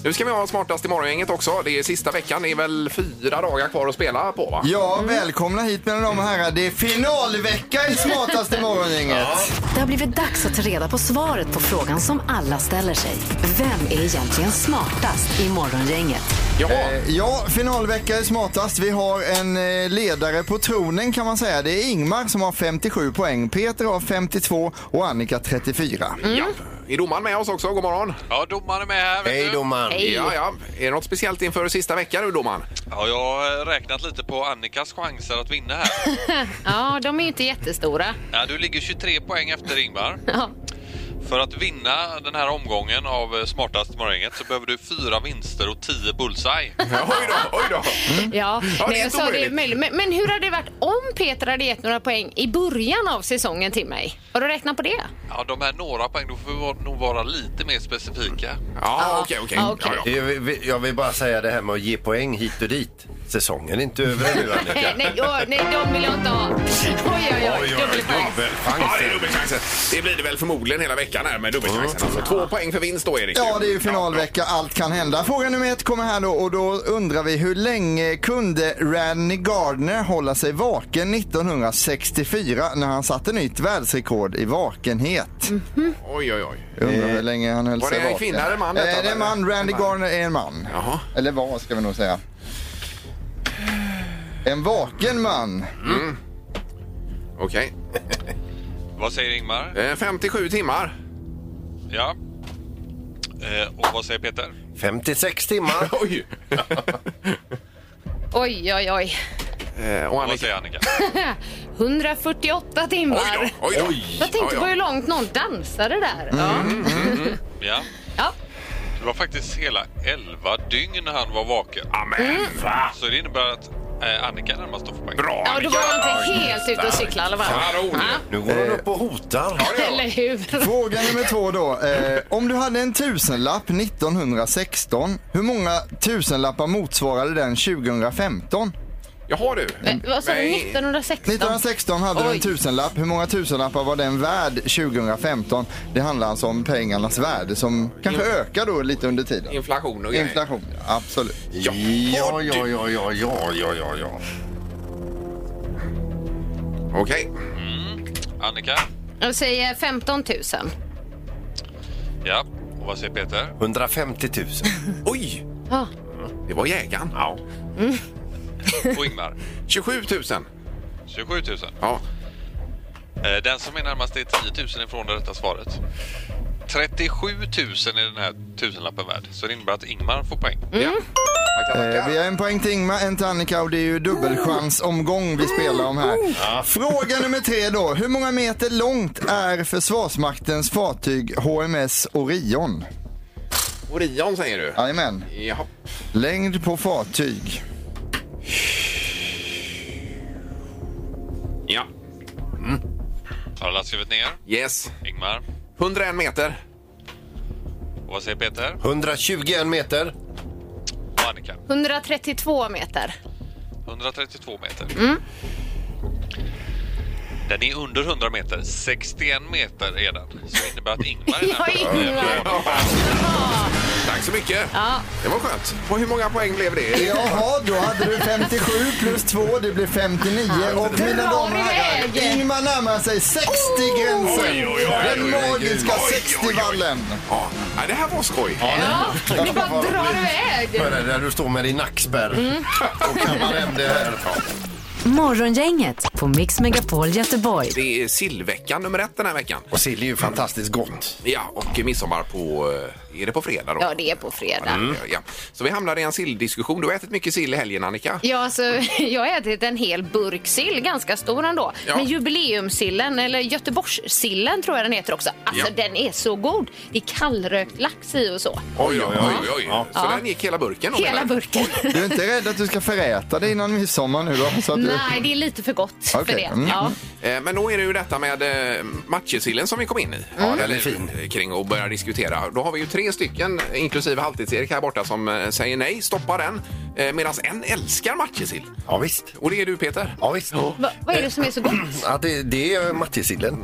[SPEAKER 2] Nu ska vi ha smartast i morgongänget också. Det är sista veckan. Det är väl fyra dagar kvar att spela på, va?
[SPEAKER 5] Ja, välkomna hit mina damer och herrar. Det är finalvecka i Smartaste morgongänget.
[SPEAKER 1] Det har blivit dags att ta reda på svaret på frågan som alla ställer sig. Vem är egentligen smartast i Morgongänget?
[SPEAKER 2] Jaha.
[SPEAKER 5] Eh, Ja, finalvecka är smartast. Vi har en eh, ledare på tronen kan man säga. Det är Ingmar som har 57 poäng, Peter har 52 och Annika 34.
[SPEAKER 2] Ja.
[SPEAKER 5] mm.
[SPEAKER 2] Är domaren med oss också? God morgon.
[SPEAKER 8] Ja, domaren är med här. vet
[SPEAKER 3] Hej
[SPEAKER 8] du.
[SPEAKER 3] domaren!
[SPEAKER 4] Hej.
[SPEAKER 2] Ja, ja. Är det något speciellt inför sista veckan nu, domaren?
[SPEAKER 8] Ja, jag har räknat lite på Annikas chanser att vinna här.
[SPEAKER 4] Ja, de är ju inte jättestora.
[SPEAKER 8] Ja, du ligger 23 poäng efter Ingmar.
[SPEAKER 4] Ja.
[SPEAKER 8] För att vinna den här omgången av eh, Smartast morgongänget så behöver du fyra vinster och 10 bullseye.
[SPEAKER 2] Oj då, oj då.
[SPEAKER 4] Ja,
[SPEAKER 2] Ja, det
[SPEAKER 4] nej,
[SPEAKER 2] är
[SPEAKER 4] jag sa
[SPEAKER 2] inte
[SPEAKER 4] det är
[SPEAKER 2] omöjligt.
[SPEAKER 4] möjligt. Men, men hur hade det varit om Peter hade gett några poäng i början av säsongen till mig? Har du räknat på det?
[SPEAKER 8] Ja, de här några poäng, då får vi vara- nog vara lite mer specifika.
[SPEAKER 2] Ja, okej, okej.
[SPEAKER 4] Ja, okej.
[SPEAKER 2] Ja, ja.
[SPEAKER 3] Jag vill- jag vill bara säga det här med att ge poäng hit och dit. Säsongen är inte över ännu,
[SPEAKER 4] Nej,
[SPEAKER 3] Annika.
[SPEAKER 4] Eh, nej, åh, nej, de vill jag inte ha. Oj, oj, oj. Dubbelchans.
[SPEAKER 2] Ja, det är dubbelchansen. Det blir det väl förmodligen hela veckan här med dubbelchansen. Alltså, två poäng för vinst då, Erik.
[SPEAKER 5] Ja, det är ju finalvecka. Allt kan hända. Fråga nummer ett kommer här då och då undrar vi hur länge kunde Randy Gardner hålla sig vaken 1964 när han satte nytt världsrekord i vakenhet?
[SPEAKER 2] Oj, oj, oj.
[SPEAKER 5] Undrar hur länge han höll
[SPEAKER 2] var
[SPEAKER 5] sig
[SPEAKER 2] det en
[SPEAKER 5] vaken.
[SPEAKER 2] kvinna eller man
[SPEAKER 5] Eh,
[SPEAKER 2] detta,
[SPEAKER 5] det är en
[SPEAKER 2] eller?
[SPEAKER 5] man. Randy
[SPEAKER 2] En man.
[SPEAKER 5] Gardner är en man.
[SPEAKER 2] Jaha.
[SPEAKER 5] Eller var ska vi nog säga. En vaken man.
[SPEAKER 2] Okej.
[SPEAKER 8] Vad säger Ingmar?
[SPEAKER 2] Eh, 57 timmar.
[SPEAKER 8] Ja. Eh, och vad säger Peter?
[SPEAKER 3] 56 timmar.
[SPEAKER 2] Oj!
[SPEAKER 4] Oj, oj, oj.
[SPEAKER 2] Eh, och
[SPEAKER 8] Vad
[SPEAKER 2] Annika.
[SPEAKER 8] säger Annika?
[SPEAKER 4] 148
[SPEAKER 2] Oj
[SPEAKER 4] timmar.
[SPEAKER 2] då, oj då.
[SPEAKER 4] Jag tänkte
[SPEAKER 2] Ja,
[SPEAKER 4] på
[SPEAKER 2] ja.
[SPEAKER 4] hur långt någon dansade där. Ja.
[SPEAKER 8] Mm, Ja.
[SPEAKER 4] Ja.
[SPEAKER 8] Det var faktiskt hela 11 dygn han var vaken.
[SPEAKER 2] Amen, va?
[SPEAKER 8] Så det innebär att eh, Annika närmast då får poäng.
[SPEAKER 2] Bra,
[SPEAKER 4] ja, då var jag inte helt ute och cyklade i alla fall.
[SPEAKER 2] Kanon.
[SPEAKER 3] Nu går hon upp och hotar.
[SPEAKER 4] Eller hur?
[SPEAKER 5] Fråga nummer två då. Eh, om du hade en tusenlapp 1916, hur många tusenlappar motsvarade den 2015?
[SPEAKER 2] Jaha du.
[SPEAKER 4] Eh, Vad sa du?
[SPEAKER 2] Nej.
[SPEAKER 4] 1916?
[SPEAKER 5] 1916 hade du
[SPEAKER 4] Oj.
[SPEAKER 5] en tusenlapp. Hur många tusenlappar var den värd 2015? Det handlar alltså om pengarnas värde som kanske ökar då lite under tiden.
[SPEAKER 2] Inflation och grejer.
[SPEAKER 5] Inflation, ja, absolut.
[SPEAKER 3] Ja, ja, ja, ja, ja, ja, ja, ja.
[SPEAKER 2] Okej.
[SPEAKER 8] Annika?
[SPEAKER 4] Jag säger 15 000.
[SPEAKER 8] Ja. Och vad säger Peter?
[SPEAKER 3] 150 000.
[SPEAKER 2] Oj!
[SPEAKER 4] Ja.
[SPEAKER 2] Det var jägaren. Ja.
[SPEAKER 8] Och Ingmar?
[SPEAKER 2] 27 000.
[SPEAKER 8] 27 000.
[SPEAKER 2] Ja.
[SPEAKER 8] Eh, den som är närmast är 10 000 ifrån det rätta svaret. 37 000 är den här tusenlappen värd. Så det innebär att Ingmar får poäng.
[SPEAKER 2] ja. Tackar,
[SPEAKER 5] Eh, vi
[SPEAKER 2] tackar.
[SPEAKER 5] har en poäng till Ingmar, en till Annika och det är ju dubbelchansomgång vi spelar om här. Fråga nummer tre då. Hur många meter långt är Försvarsmaktens fartyg HMS Orion?
[SPEAKER 2] Orion säger du?
[SPEAKER 5] Jajamän.
[SPEAKER 2] Jaha.
[SPEAKER 5] Längd på fartyg.
[SPEAKER 2] Ja.
[SPEAKER 8] Har alla skrivit ner?
[SPEAKER 2] Yes.
[SPEAKER 8] Ingmar?
[SPEAKER 2] 101 meter.
[SPEAKER 8] Och vad säger Peter?
[SPEAKER 3] 121 meter.
[SPEAKER 8] Och Annika?
[SPEAKER 4] 132 meter. Mm.
[SPEAKER 8] 132 meter. Den är under 100 meter. 61 meter är den. Så det innebär att Ingmar är
[SPEAKER 4] Ja,
[SPEAKER 8] närmast.
[SPEAKER 4] Ingmar.
[SPEAKER 2] Tack så mycket. Det var skönt. Och hur många poäng blev det?
[SPEAKER 5] Jaha, då hade du 57 plus 2, det blev 59. Och mina damer och herrar,
[SPEAKER 4] iväg.
[SPEAKER 5] Ingmar närmar sig Oh! 60-gränsen.
[SPEAKER 2] Oj, oj, oj,
[SPEAKER 5] Den
[SPEAKER 2] oj, oj,
[SPEAKER 5] magiska
[SPEAKER 2] oj, oj, oj.
[SPEAKER 5] 60-vallen.
[SPEAKER 2] Ja. Ja, det här var skoj.
[SPEAKER 4] Ja, det bara drar iväg.
[SPEAKER 3] Hör det där du står med din nackspärr och kammar hem det här.
[SPEAKER 1] Morgongänget på Mix Megapol Göteborg.
[SPEAKER 2] Det är sillveckan nummer ett den här veckan.
[SPEAKER 3] Och sill är ju fantastiskt gott.
[SPEAKER 2] Ja, och midsommar på... eh, Är det på fredag då?
[SPEAKER 4] Ja, det är på fredag.
[SPEAKER 2] Ja. Så vi hamnade i en silldiskussion. Du har ätit mycket sill i helgen, Annika.
[SPEAKER 4] Ja, så jag har ätit en hel burk sill, ganska stor ändå.
[SPEAKER 2] Ja.
[SPEAKER 4] Men jubileumsillen, eller Göteborgssillen tror jag den heter också. Alltså
[SPEAKER 2] Ja.
[SPEAKER 4] den är så god. Det är kallrökt lax i och så.
[SPEAKER 2] Oj, oj, oj. oj.
[SPEAKER 3] Ja.
[SPEAKER 2] Så den gick hela burken? om
[SPEAKER 4] Hela
[SPEAKER 2] den?
[SPEAKER 4] burken.
[SPEAKER 5] Du är inte rädd att du ska föräta dig innan midsommar nu då? Så att du...
[SPEAKER 4] Nej, det är lite för gott för
[SPEAKER 5] Okej,
[SPEAKER 4] det.
[SPEAKER 5] mm.
[SPEAKER 4] Ja.
[SPEAKER 2] Eh, Men då är det ju detta med eh, matjessillen som vi kom
[SPEAKER 4] Mm.
[SPEAKER 2] in i. Ja, den är fin. Kring och börjar diskutera. Då har vi ju tre stycken, eh, inklusive Halvtids-Erik här borta, som eh, säger nej, stoppa den. Medan en älskar matjessill.
[SPEAKER 3] Ja, visst.
[SPEAKER 2] Och det är du Peter.
[SPEAKER 3] Ja, visst.
[SPEAKER 4] Va, vad är det som är så gott?
[SPEAKER 3] Ja, det, det är matjessillen.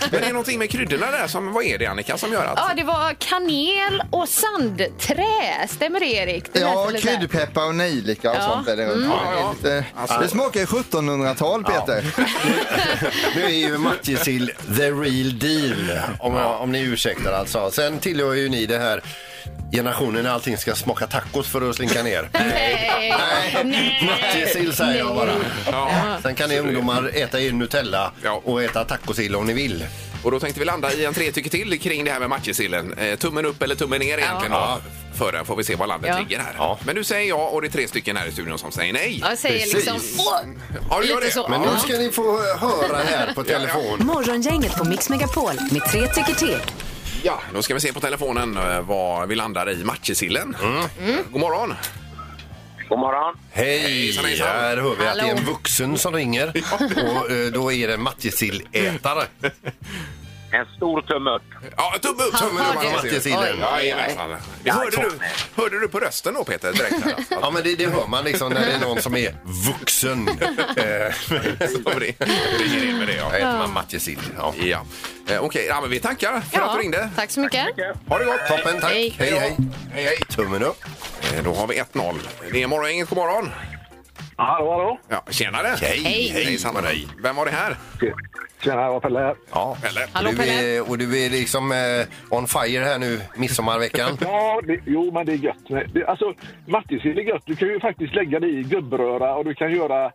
[SPEAKER 2] Men det är någonting med kryddorna där som, vad är det Annika som gör att...
[SPEAKER 4] Ja, det var kanel och sandträ. Stämmer det, Erik? Det
[SPEAKER 5] Ja,
[SPEAKER 4] lät lite-
[SPEAKER 5] kryddpeppar och nejlika och
[SPEAKER 4] Ja.
[SPEAKER 5] sånt är det runt
[SPEAKER 2] Ja, ja.
[SPEAKER 5] omkring. Det, det smakar ju 1700-tal Peter.
[SPEAKER 3] Nu är ju matjessill the real deal, om, om ni ursäktar alltså. Sen tillhör ju ni det här generationen när allting ska smaka tacos för att slinka ner.
[SPEAKER 4] Nej. Nej.
[SPEAKER 3] Matjessill säger jag bara.
[SPEAKER 2] Ja.
[SPEAKER 3] Sen kan ni ungdomar äta er Nutella
[SPEAKER 2] Ja.
[SPEAKER 3] och äta tacosill om ni vill.
[SPEAKER 2] Och då tänkte vi landa i en tre tycker till kring det här med matjessillen. Eh, Tummen upp eller tummen ner egentligen
[SPEAKER 3] Ja.
[SPEAKER 2] då. För den får vi se var landet
[SPEAKER 4] Ja.
[SPEAKER 2] ligger här.
[SPEAKER 3] Ja.
[SPEAKER 2] Men nu säger jag och det är tre stycken här i studion som säger nej.
[SPEAKER 4] Jag säger liksom...
[SPEAKER 2] Ja, du gör
[SPEAKER 4] lite
[SPEAKER 2] det.
[SPEAKER 4] så.
[SPEAKER 2] Men nu
[SPEAKER 3] Nu ska ni få höra här på telefon.
[SPEAKER 1] Morgongänget på Mix Megapol med tre tycker till.
[SPEAKER 2] Ja, då ska vi se på telefonen eh, vad vi landar i matjessillen. God morgon!
[SPEAKER 6] God morgon.
[SPEAKER 3] Hej!
[SPEAKER 2] Hejsan, hejsan.
[SPEAKER 3] Här hör vi att det är en
[SPEAKER 4] Hallå.
[SPEAKER 3] vuxen som ringer och eh, då är det en matjessillätare.
[SPEAKER 9] En stor tumme upp.
[SPEAKER 2] Ja, tumme upp,
[SPEAKER 4] Han
[SPEAKER 2] tumme
[SPEAKER 4] har
[SPEAKER 2] upp.
[SPEAKER 4] det.
[SPEAKER 3] Mattis
[SPEAKER 2] Ja,
[SPEAKER 3] Illen.
[SPEAKER 2] jajamensan. Det hörde du, hörde du på rösten då Peter direkt? Här, alltså.
[SPEAKER 3] Ja, men det, det hör man liksom när det är någon som är vuxen. Eh,
[SPEAKER 2] Så det ringer in med det ja.
[SPEAKER 3] Jag heter man Mattis Ill. Ja.
[SPEAKER 2] Ja. Eh, Okej, ja, men vi tackar för att du ringde.
[SPEAKER 4] Tack så mycket.
[SPEAKER 3] Ha det gott! Toppen, tack!
[SPEAKER 4] Hej.
[SPEAKER 3] Hej, hej! hej.
[SPEAKER 2] Hej, hej.
[SPEAKER 3] Tummen upp.
[SPEAKER 2] Eh, Då har vi 1-0. Det är Morgongänget, god morgon.
[SPEAKER 9] Hallå, hallå?
[SPEAKER 2] Ja, tjenare!
[SPEAKER 4] Hej.
[SPEAKER 2] Hejsan på dig. Vem var det här?
[SPEAKER 9] Tjena, det var Pelle här.
[SPEAKER 2] Ja, eller?
[SPEAKER 4] Hallå
[SPEAKER 3] Du
[SPEAKER 4] Pelle.
[SPEAKER 3] är, och du är liksom eh, on fire här nu midsommarveckan.
[SPEAKER 9] Ja, det, jo, men det är gött. med- Det, alltså, Mattis är det gött. Du kan ju faktiskt lägga det i gubbröra och du kan göra...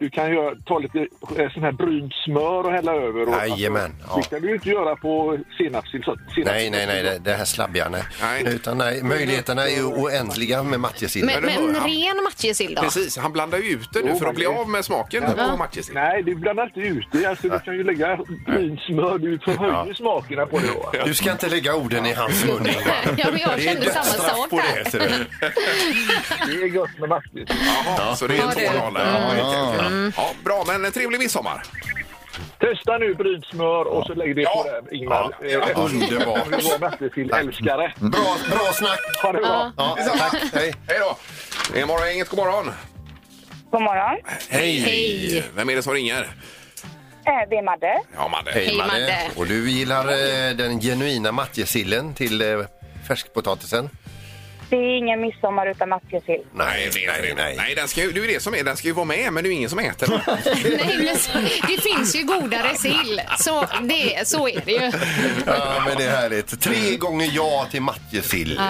[SPEAKER 9] Du kan göra, ta lite eh, sån här brynt smör och hälla över. Och,
[SPEAKER 3] Jajamän,
[SPEAKER 9] Alltså, Det
[SPEAKER 3] ja.
[SPEAKER 9] kan du ju inte göra på senapssill. så- senapssill.
[SPEAKER 3] Nej, nej, nej, det, det här slabbiga, nej.
[SPEAKER 2] Nej.
[SPEAKER 3] Utan nej, möjligheterna är ju oändliga med Mattis Ill.
[SPEAKER 4] Men,
[SPEAKER 2] det hör
[SPEAKER 4] men
[SPEAKER 2] jag.
[SPEAKER 4] ren matjessill då?
[SPEAKER 2] Precis, han blandar ju ut det nu
[SPEAKER 9] Jo,
[SPEAKER 2] för att
[SPEAKER 9] men
[SPEAKER 2] bli
[SPEAKER 9] det-
[SPEAKER 2] av med smaken på matjessill.
[SPEAKER 9] Nej, du blandar inte ut det. Alltså, du kan ju lägga brynt smör. Du förhöjer smakerna på det. då, va?
[SPEAKER 3] Du ska inte lägga orden i hans mun, Ingvar.
[SPEAKER 4] Ja, men jag
[SPEAKER 3] Det är
[SPEAKER 4] kände samma
[SPEAKER 3] dödsstraff
[SPEAKER 4] sak
[SPEAKER 3] på
[SPEAKER 4] där.
[SPEAKER 3] det, ser du.
[SPEAKER 9] Det är gött med Mattis.
[SPEAKER 2] Jaha, så det är
[SPEAKER 4] Har du?
[SPEAKER 2] 2-0 där. Ja, okej, okej. ja, bra, men en trevlig midsommar.
[SPEAKER 9] Testa nu brynt smör och så lägg det
[SPEAKER 2] Ja.
[SPEAKER 9] på det, Ingmar.
[SPEAKER 2] Ja, ja,
[SPEAKER 9] Eh,
[SPEAKER 3] underbart.
[SPEAKER 9] Du var Mattisil-älskare.
[SPEAKER 3] Bra, bra snack!
[SPEAKER 9] Ha det bra.
[SPEAKER 3] Ja, tack, hej.
[SPEAKER 2] Hej då! Det är Morgongänget, god morgon.
[SPEAKER 10] God morgon.
[SPEAKER 2] Hej.
[SPEAKER 4] Hej.
[SPEAKER 2] Vem är det som ringer?
[SPEAKER 10] Eh, Det är Madde.
[SPEAKER 2] Ja, Madde.
[SPEAKER 4] Hej, Madde.
[SPEAKER 3] Och du gillar eh, den genuina matjessillen till eh, färskpotatisen?
[SPEAKER 10] Det är ingen midsommar utan matjessill.
[SPEAKER 2] Nej, det är inte det. nej den ska ju, det är ju det som är, den ska ju vara med, men det är ju ingen som äter den.
[SPEAKER 4] Nej, men så, det finns ju godare sill. Så, det, så är det ju.
[SPEAKER 3] Ja, men det är härligt. Tre gånger ja till matjessill.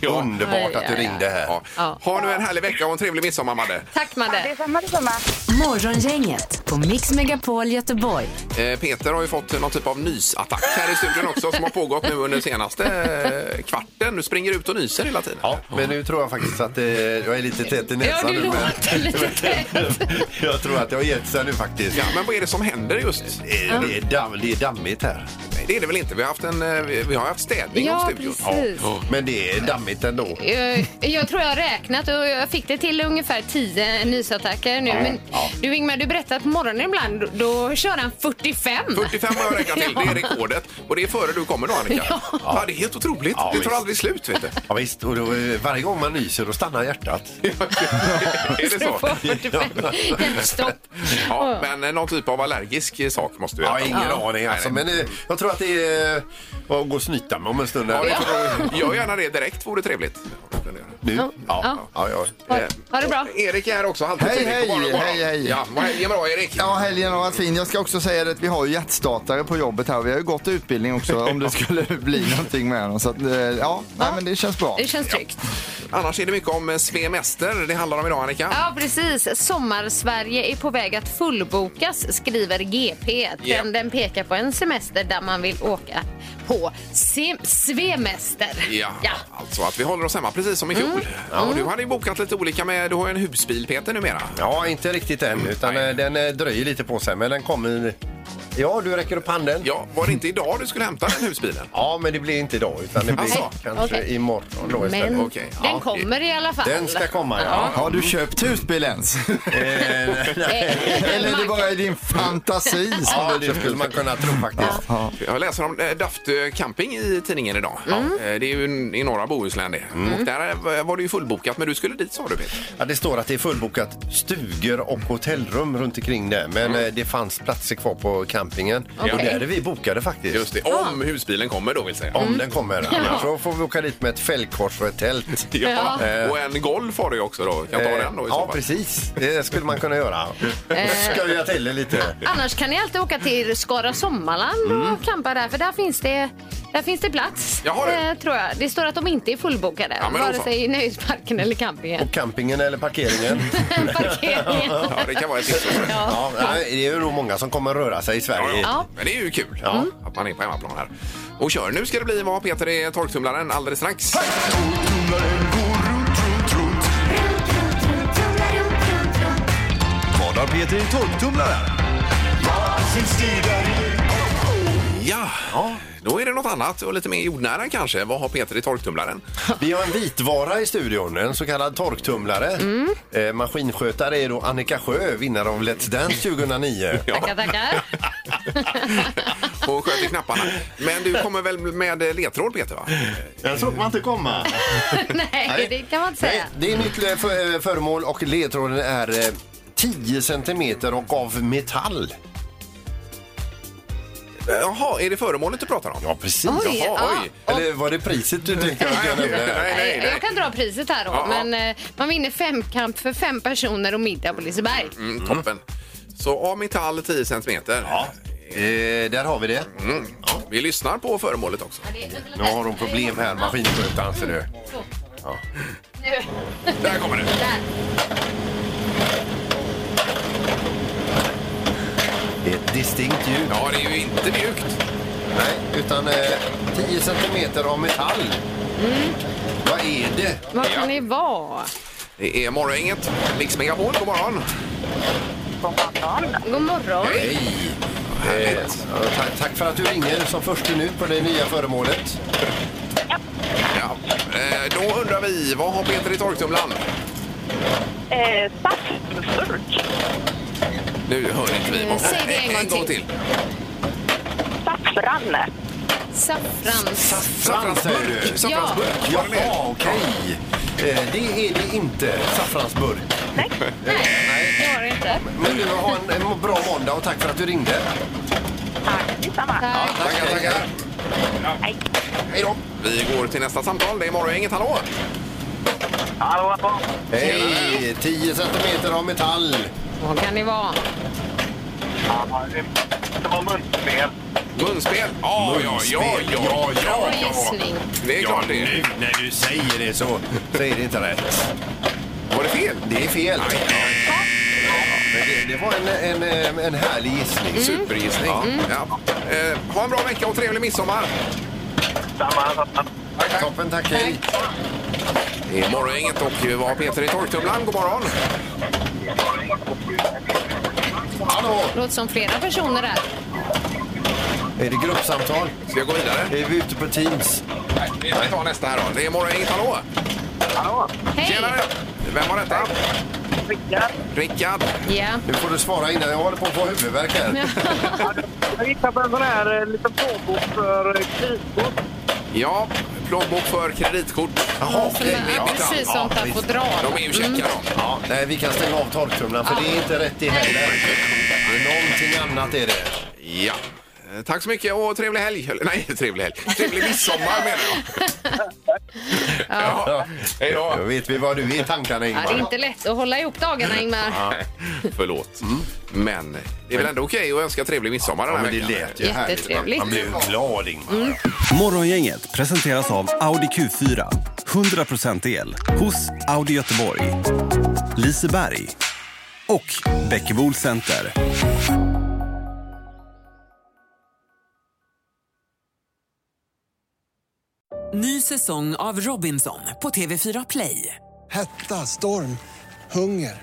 [SPEAKER 2] Ja.
[SPEAKER 3] Underbart att du ringde här.
[SPEAKER 2] Ja. Ha nu en härlig vecka och en trevlig midsommar, Madde.
[SPEAKER 4] Tack Madde.
[SPEAKER 10] Detsamma, detsamma.
[SPEAKER 1] Morgongänget på Mix Megapol Göteborg.
[SPEAKER 2] Eh, Peter har ju fått någon typ av nysattack här i studion också som har pågått nu under senaste eh, kvarten. Du springer ut och nyser hela tiden.
[SPEAKER 3] Ja, men nu tror jag faktiskt att eh, jag är lite tät i
[SPEAKER 4] Ja,
[SPEAKER 3] näsan
[SPEAKER 4] du
[SPEAKER 3] nu. Men
[SPEAKER 4] låter lite tät.
[SPEAKER 3] jag tror att jag har gett sig nu faktiskt.
[SPEAKER 2] Ja, men vad är det som händer just?
[SPEAKER 3] Eh, Det, är damm, det är dammigt här.
[SPEAKER 2] Nej, det är det väl inte? Vi har haft, en, eh, vi vi har haft städning av
[SPEAKER 4] Ja,
[SPEAKER 2] studion.
[SPEAKER 4] precis.
[SPEAKER 3] Men det är dammigt ändå.
[SPEAKER 4] Eh, Jag tror jag har räknat och jag fick det till ungefär 10 nysattacker nu. Men du Ingmar, du berättade att på morgonen ibland, då- då kör han 45.
[SPEAKER 2] 45 har jag räknat till, det är rekordet. Och det är före du kommer då Annika. Ja, det är helt otroligt.
[SPEAKER 3] Ja,
[SPEAKER 2] det tar
[SPEAKER 3] visst.
[SPEAKER 2] aldrig slut vet du.
[SPEAKER 3] Ja, visst, och då, eh, varje gång man nyser då stannar hjärtat.
[SPEAKER 2] är det så?
[SPEAKER 4] På 45. Hjärtstopp.
[SPEAKER 2] Ja, men eh, någon typ av allergisk sak måste vi
[SPEAKER 3] Jag har
[SPEAKER 2] äta.
[SPEAKER 3] ingen aning alltså, men eh, jag tror att det är eh, att gå och snyta mig om en stund.
[SPEAKER 2] Ja,
[SPEAKER 3] här.
[SPEAKER 2] det får du- Gör gärna det direkt, vore trevligt.
[SPEAKER 3] Nu? Ja.
[SPEAKER 4] Ja.
[SPEAKER 3] ja. ja,
[SPEAKER 4] Ha,
[SPEAKER 2] Eh,
[SPEAKER 4] ha det bra.
[SPEAKER 2] Erik är här också. Halvtid.
[SPEAKER 5] Hej,
[SPEAKER 2] Erik, god
[SPEAKER 5] hej,
[SPEAKER 2] morgon, god morgon.
[SPEAKER 5] hej, hej.
[SPEAKER 2] Ja, vad helgen bra, Erik.
[SPEAKER 5] Ja, helgen har varit fin. Jag ska också säga det att vi har ju hjärtstartare på jobbet här. Vi har ju gått utbildning också om det skulle bli någonting med honom. Så att, eh, ja, nej, men det känns bra.
[SPEAKER 4] Det känns tryggt.
[SPEAKER 2] Annars är det mycket om eh, svemester. Det handlar om idag, Annika.
[SPEAKER 4] Ja, precis. Sommarsverige är på väg att fullbokas, skriver GP. Trenden pekar på en semester där man vill åka på se- svemester.
[SPEAKER 2] Ja,
[SPEAKER 4] Ja. Mm.
[SPEAKER 2] alltså att vi håller oss hemma precis som i fjol. Ja, och du hade ju bokat lite olika med, du har ju en husbil Peter numera.
[SPEAKER 3] Ja, inte riktigt än, utan eh, den eh, dröjer lite på sig, men den kommer... Ja, du räcker upp handen.
[SPEAKER 2] Ja, var det inte idag du skulle hämta den husbilen?
[SPEAKER 3] Ja, men det blir inte idag, utan det blir
[SPEAKER 2] Alltså,
[SPEAKER 3] kanske
[SPEAKER 4] okej.
[SPEAKER 3] imorgon då istället.
[SPEAKER 4] Men
[SPEAKER 2] okej. Ja,
[SPEAKER 4] den kommer i alla fall.
[SPEAKER 3] Den ska komma, ja.
[SPEAKER 5] Har du köpt husbil ens?
[SPEAKER 4] Eh,
[SPEAKER 5] Eller är det bara i din fantasi som
[SPEAKER 3] Ja,
[SPEAKER 5] du
[SPEAKER 3] det
[SPEAKER 5] köpt
[SPEAKER 3] skulle man kunna tro faktiskt.
[SPEAKER 2] Jag läser om eh, Daft eh, Camping i tidningen idag.
[SPEAKER 4] Mm.
[SPEAKER 2] Eh, Det är ju n- i norra Bohuslän det. Och där eh, var det ju fullbokat, men du skulle dit sa du Peter.
[SPEAKER 3] Ja, det står att det är fullbokat stugor och hotellrum runt omkring det, men eh, det fanns platser kvar på campingen. Och där är vi bokade faktiskt.
[SPEAKER 2] Just det, om
[SPEAKER 4] Ah.
[SPEAKER 2] husbilen kommer då vill säga.
[SPEAKER 3] Om den kommer. Annars så får vi åka dit med ett fällkors och ett tält.
[SPEAKER 2] Ja. Och en golf har du ju också då. Kan ta
[SPEAKER 3] Eh,
[SPEAKER 2] den då i så
[SPEAKER 3] ja,
[SPEAKER 2] fall.
[SPEAKER 3] precis. Det skulle man kunna göra. Skoja till det lite.
[SPEAKER 4] Annars kan ni alltid åka till Skara Sommarland
[SPEAKER 2] Mm.
[SPEAKER 4] och campa där, för där finns det där finns det plats,
[SPEAKER 2] Jaha, du.
[SPEAKER 4] eh, tror jag. Det står att de inte är fullbokade,
[SPEAKER 2] Ja, men då
[SPEAKER 4] vare
[SPEAKER 2] så.
[SPEAKER 4] sig i nöjesparken eller campingen.
[SPEAKER 3] Och campingen eller parkeringen.
[SPEAKER 4] Parkeringen.
[SPEAKER 2] Ja, det kan vara ett tips. också.
[SPEAKER 3] Ja, nej, det är ju nog många som kommer röra sig i Sverige.
[SPEAKER 4] Ja.
[SPEAKER 2] Men det är ju kul
[SPEAKER 3] Ja.
[SPEAKER 2] att man är på hemmaplan här. Och kör nu ska det bli vad Peter är torktumlaren alldeles strax.
[SPEAKER 11] Vad har Peter i torktumlaren?
[SPEAKER 2] Ja. då är det något annat och lite mer jordnära kanske. Vad har Peter i torktumlaren?
[SPEAKER 3] Vi har en vitvara i studion, en så kallad torktumlare. Eh, maskinskötare är då Annika Sjö, vinnare av Let's Dance 2009.
[SPEAKER 4] Tackar, tackar.
[SPEAKER 2] och sköt i knapparna. Men du kommer väl med ledtråd Peter? Va?
[SPEAKER 3] Jag såg man inte komma.
[SPEAKER 4] Nej, det kan man inte
[SPEAKER 3] Nej,
[SPEAKER 4] säga.
[SPEAKER 3] det är nytt eh, för- eh, föremål och ledtråden är eh, 10 centimeter och av metall.
[SPEAKER 2] Jaha, är det föremålet du pratar om?
[SPEAKER 3] Ja, precis.
[SPEAKER 4] Oj, ja.
[SPEAKER 3] Eller var det priset du tänkte att jag nämnde?
[SPEAKER 2] Nej, nej,
[SPEAKER 4] Jag kan dra priset här då.
[SPEAKER 2] Ja, ja.
[SPEAKER 4] Men eh, man vinner femkamp för fem personer och middag på Liseberg.
[SPEAKER 2] Mm, toppen. Så av metall 10 cm. Ja.
[SPEAKER 3] Eh, där har vi det.
[SPEAKER 2] Mm. Vi lyssnar på föremålet också.
[SPEAKER 3] Nu har de problem här, maskinskötaren ser du. Ja.
[SPEAKER 4] Nu.
[SPEAKER 2] Där kommer det.
[SPEAKER 3] Det är ett distinkt ljud.
[SPEAKER 2] Ja, det är ju inte mjukt.
[SPEAKER 3] Nej, utan eh, 10 centimeter av metall.
[SPEAKER 4] Mm.
[SPEAKER 3] Vad är det?
[SPEAKER 4] Vad kan det vara?
[SPEAKER 2] Det är morgongänget. Mix Megapol, god morgon.
[SPEAKER 4] God morgon.
[SPEAKER 3] Hej! Eh, tack, tack för att du ringer som först ut på det nya föremålet.
[SPEAKER 2] Ja. Eh, Då undrar vi, vad har Peter i torktumlaren?
[SPEAKER 10] Eh, Saftburk.
[SPEAKER 2] Nu hör inte vi.
[SPEAKER 4] Eh,
[SPEAKER 2] vad-
[SPEAKER 4] säg det en gång
[SPEAKER 2] en gång
[SPEAKER 4] till.
[SPEAKER 2] till.
[SPEAKER 10] Saffran.
[SPEAKER 4] Saffran.
[SPEAKER 2] Saffransburk.
[SPEAKER 3] du.
[SPEAKER 2] Saffransburk.
[SPEAKER 3] Jaha,
[SPEAKER 2] Var det med?
[SPEAKER 3] okej. Eh, det är det inte, saffransburk.
[SPEAKER 4] Nej, det var det inte.
[SPEAKER 3] Men du, ha en, en bra måndag och tack för att du ringde.
[SPEAKER 10] Tack detsamma.
[SPEAKER 4] Tack.
[SPEAKER 2] Tackar, tackar. Hej då. Vi går till nästa samtal. Det är morgongänget. Hallå!
[SPEAKER 6] Hallå, hallå.
[SPEAKER 3] Hej! 10 centimeter av metall.
[SPEAKER 4] Vad kan det vara?
[SPEAKER 6] Ja, det- Det var munspel.
[SPEAKER 2] Munspel. Ja, ja, ja, ja, ja,
[SPEAKER 4] Bra gissning.
[SPEAKER 2] ja. Det är klart det är.
[SPEAKER 3] när du säger det så, så är det inte rätt.
[SPEAKER 2] Var det fel?
[SPEAKER 3] Det är fel.
[SPEAKER 2] Nej, nej, nej.
[SPEAKER 3] Men det, det var en, en, eh, en härlig gissning.
[SPEAKER 4] Mm.
[SPEAKER 2] Supergissning. Ja. Eh, ha en bra vecka och trevlig midsommar.
[SPEAKER 6] Samma.
[SPEAKER 3] Tack. Toppen, tack. Hej.
[SPEAKER 2] Det är morgongänget och vi var Peter i torktumlaren. God morgon!
[SPEAKER 3] Hallå!
[SPEAKER 4] Låter som flera personer där.
[SPEAKER 3] Är det gruppsamtal?
[SPEAKER 2] Ska jag gå vidare?
[SPEAKER 3] Är vi ute på Teams?
[SPEAKER 2] Nej, vi tar nästa här då. Det är morgongänget. Hallå!
[SPEAKER 6] Hallå.
[SPEAKER 4] Hej!
[SPEAKER 2] Tjenare! Vem var detta?
[SPEAKER 6] Rickard.
[SPEAKER 2] Rickard.
[SPEAKER 4] Ja.
[SPEAKER 3] Nu får du svara innan jag håller på att få huvudvärk här.
[SPEAKER 6] Jag hittade på en sån här eh, liten plånbok för eh, kriskort.
[SPEAKER 2] Ja, plånbok för kreditkort.
[SPEAKER 3] Jaha,
[SPEAKER 4] Som
[SPEAKER 3] okej.
[SPEAKER 4] är alltså, precis sånt där på dra.
[SPEAKER 2] De är ju käcka de.
[SPEAKER 3] Ja, nej, vi kan stänga av torktumlaren för det är inte rätt i heller. Det är Någonting annat är det.
[SPEAKER 2] Ja. Eh, Tack så mycket och trevlig helg. Eller, Nej, trevlig helg. Trevlig midsommar menar jag. Ja. Hej
[SPEAKER 3] Då
[SPEAKER 2] då.
[SPEAKER 3] vet vi vad du är i tankarna
[SPEAKER 4] Ja,
[SPEAKER 3] Ingmar.
[SPEAKER 4] det är inte lätt att hålla ihop dagarna, Ingmar.
[SPEAKER 2] Förlåt. Men Mm. det är väl ändå okej att önska trevlig midsommar den
[SPEAKER 3] Ja,
[SPEAKER 2] här
[SPEAKER 3] men det
[SPEAKER 2] veckan?
[SPEAKER 3] lät ju härligt.
[SPEAKER 4] Jättetrevligt.
[SPEAKER 3] Man blir ju glad Ingmar.
[SPEAKER 11] Morgongänget presenteras av Audi Q4. 100% el hos Audi Göteborg, Liseberg och Bäckebol Center.
[SPEAKER 7] Ny säsong av Robinson på TV4 Play.
[SPEAKER 12] Hetta, storm, hunger.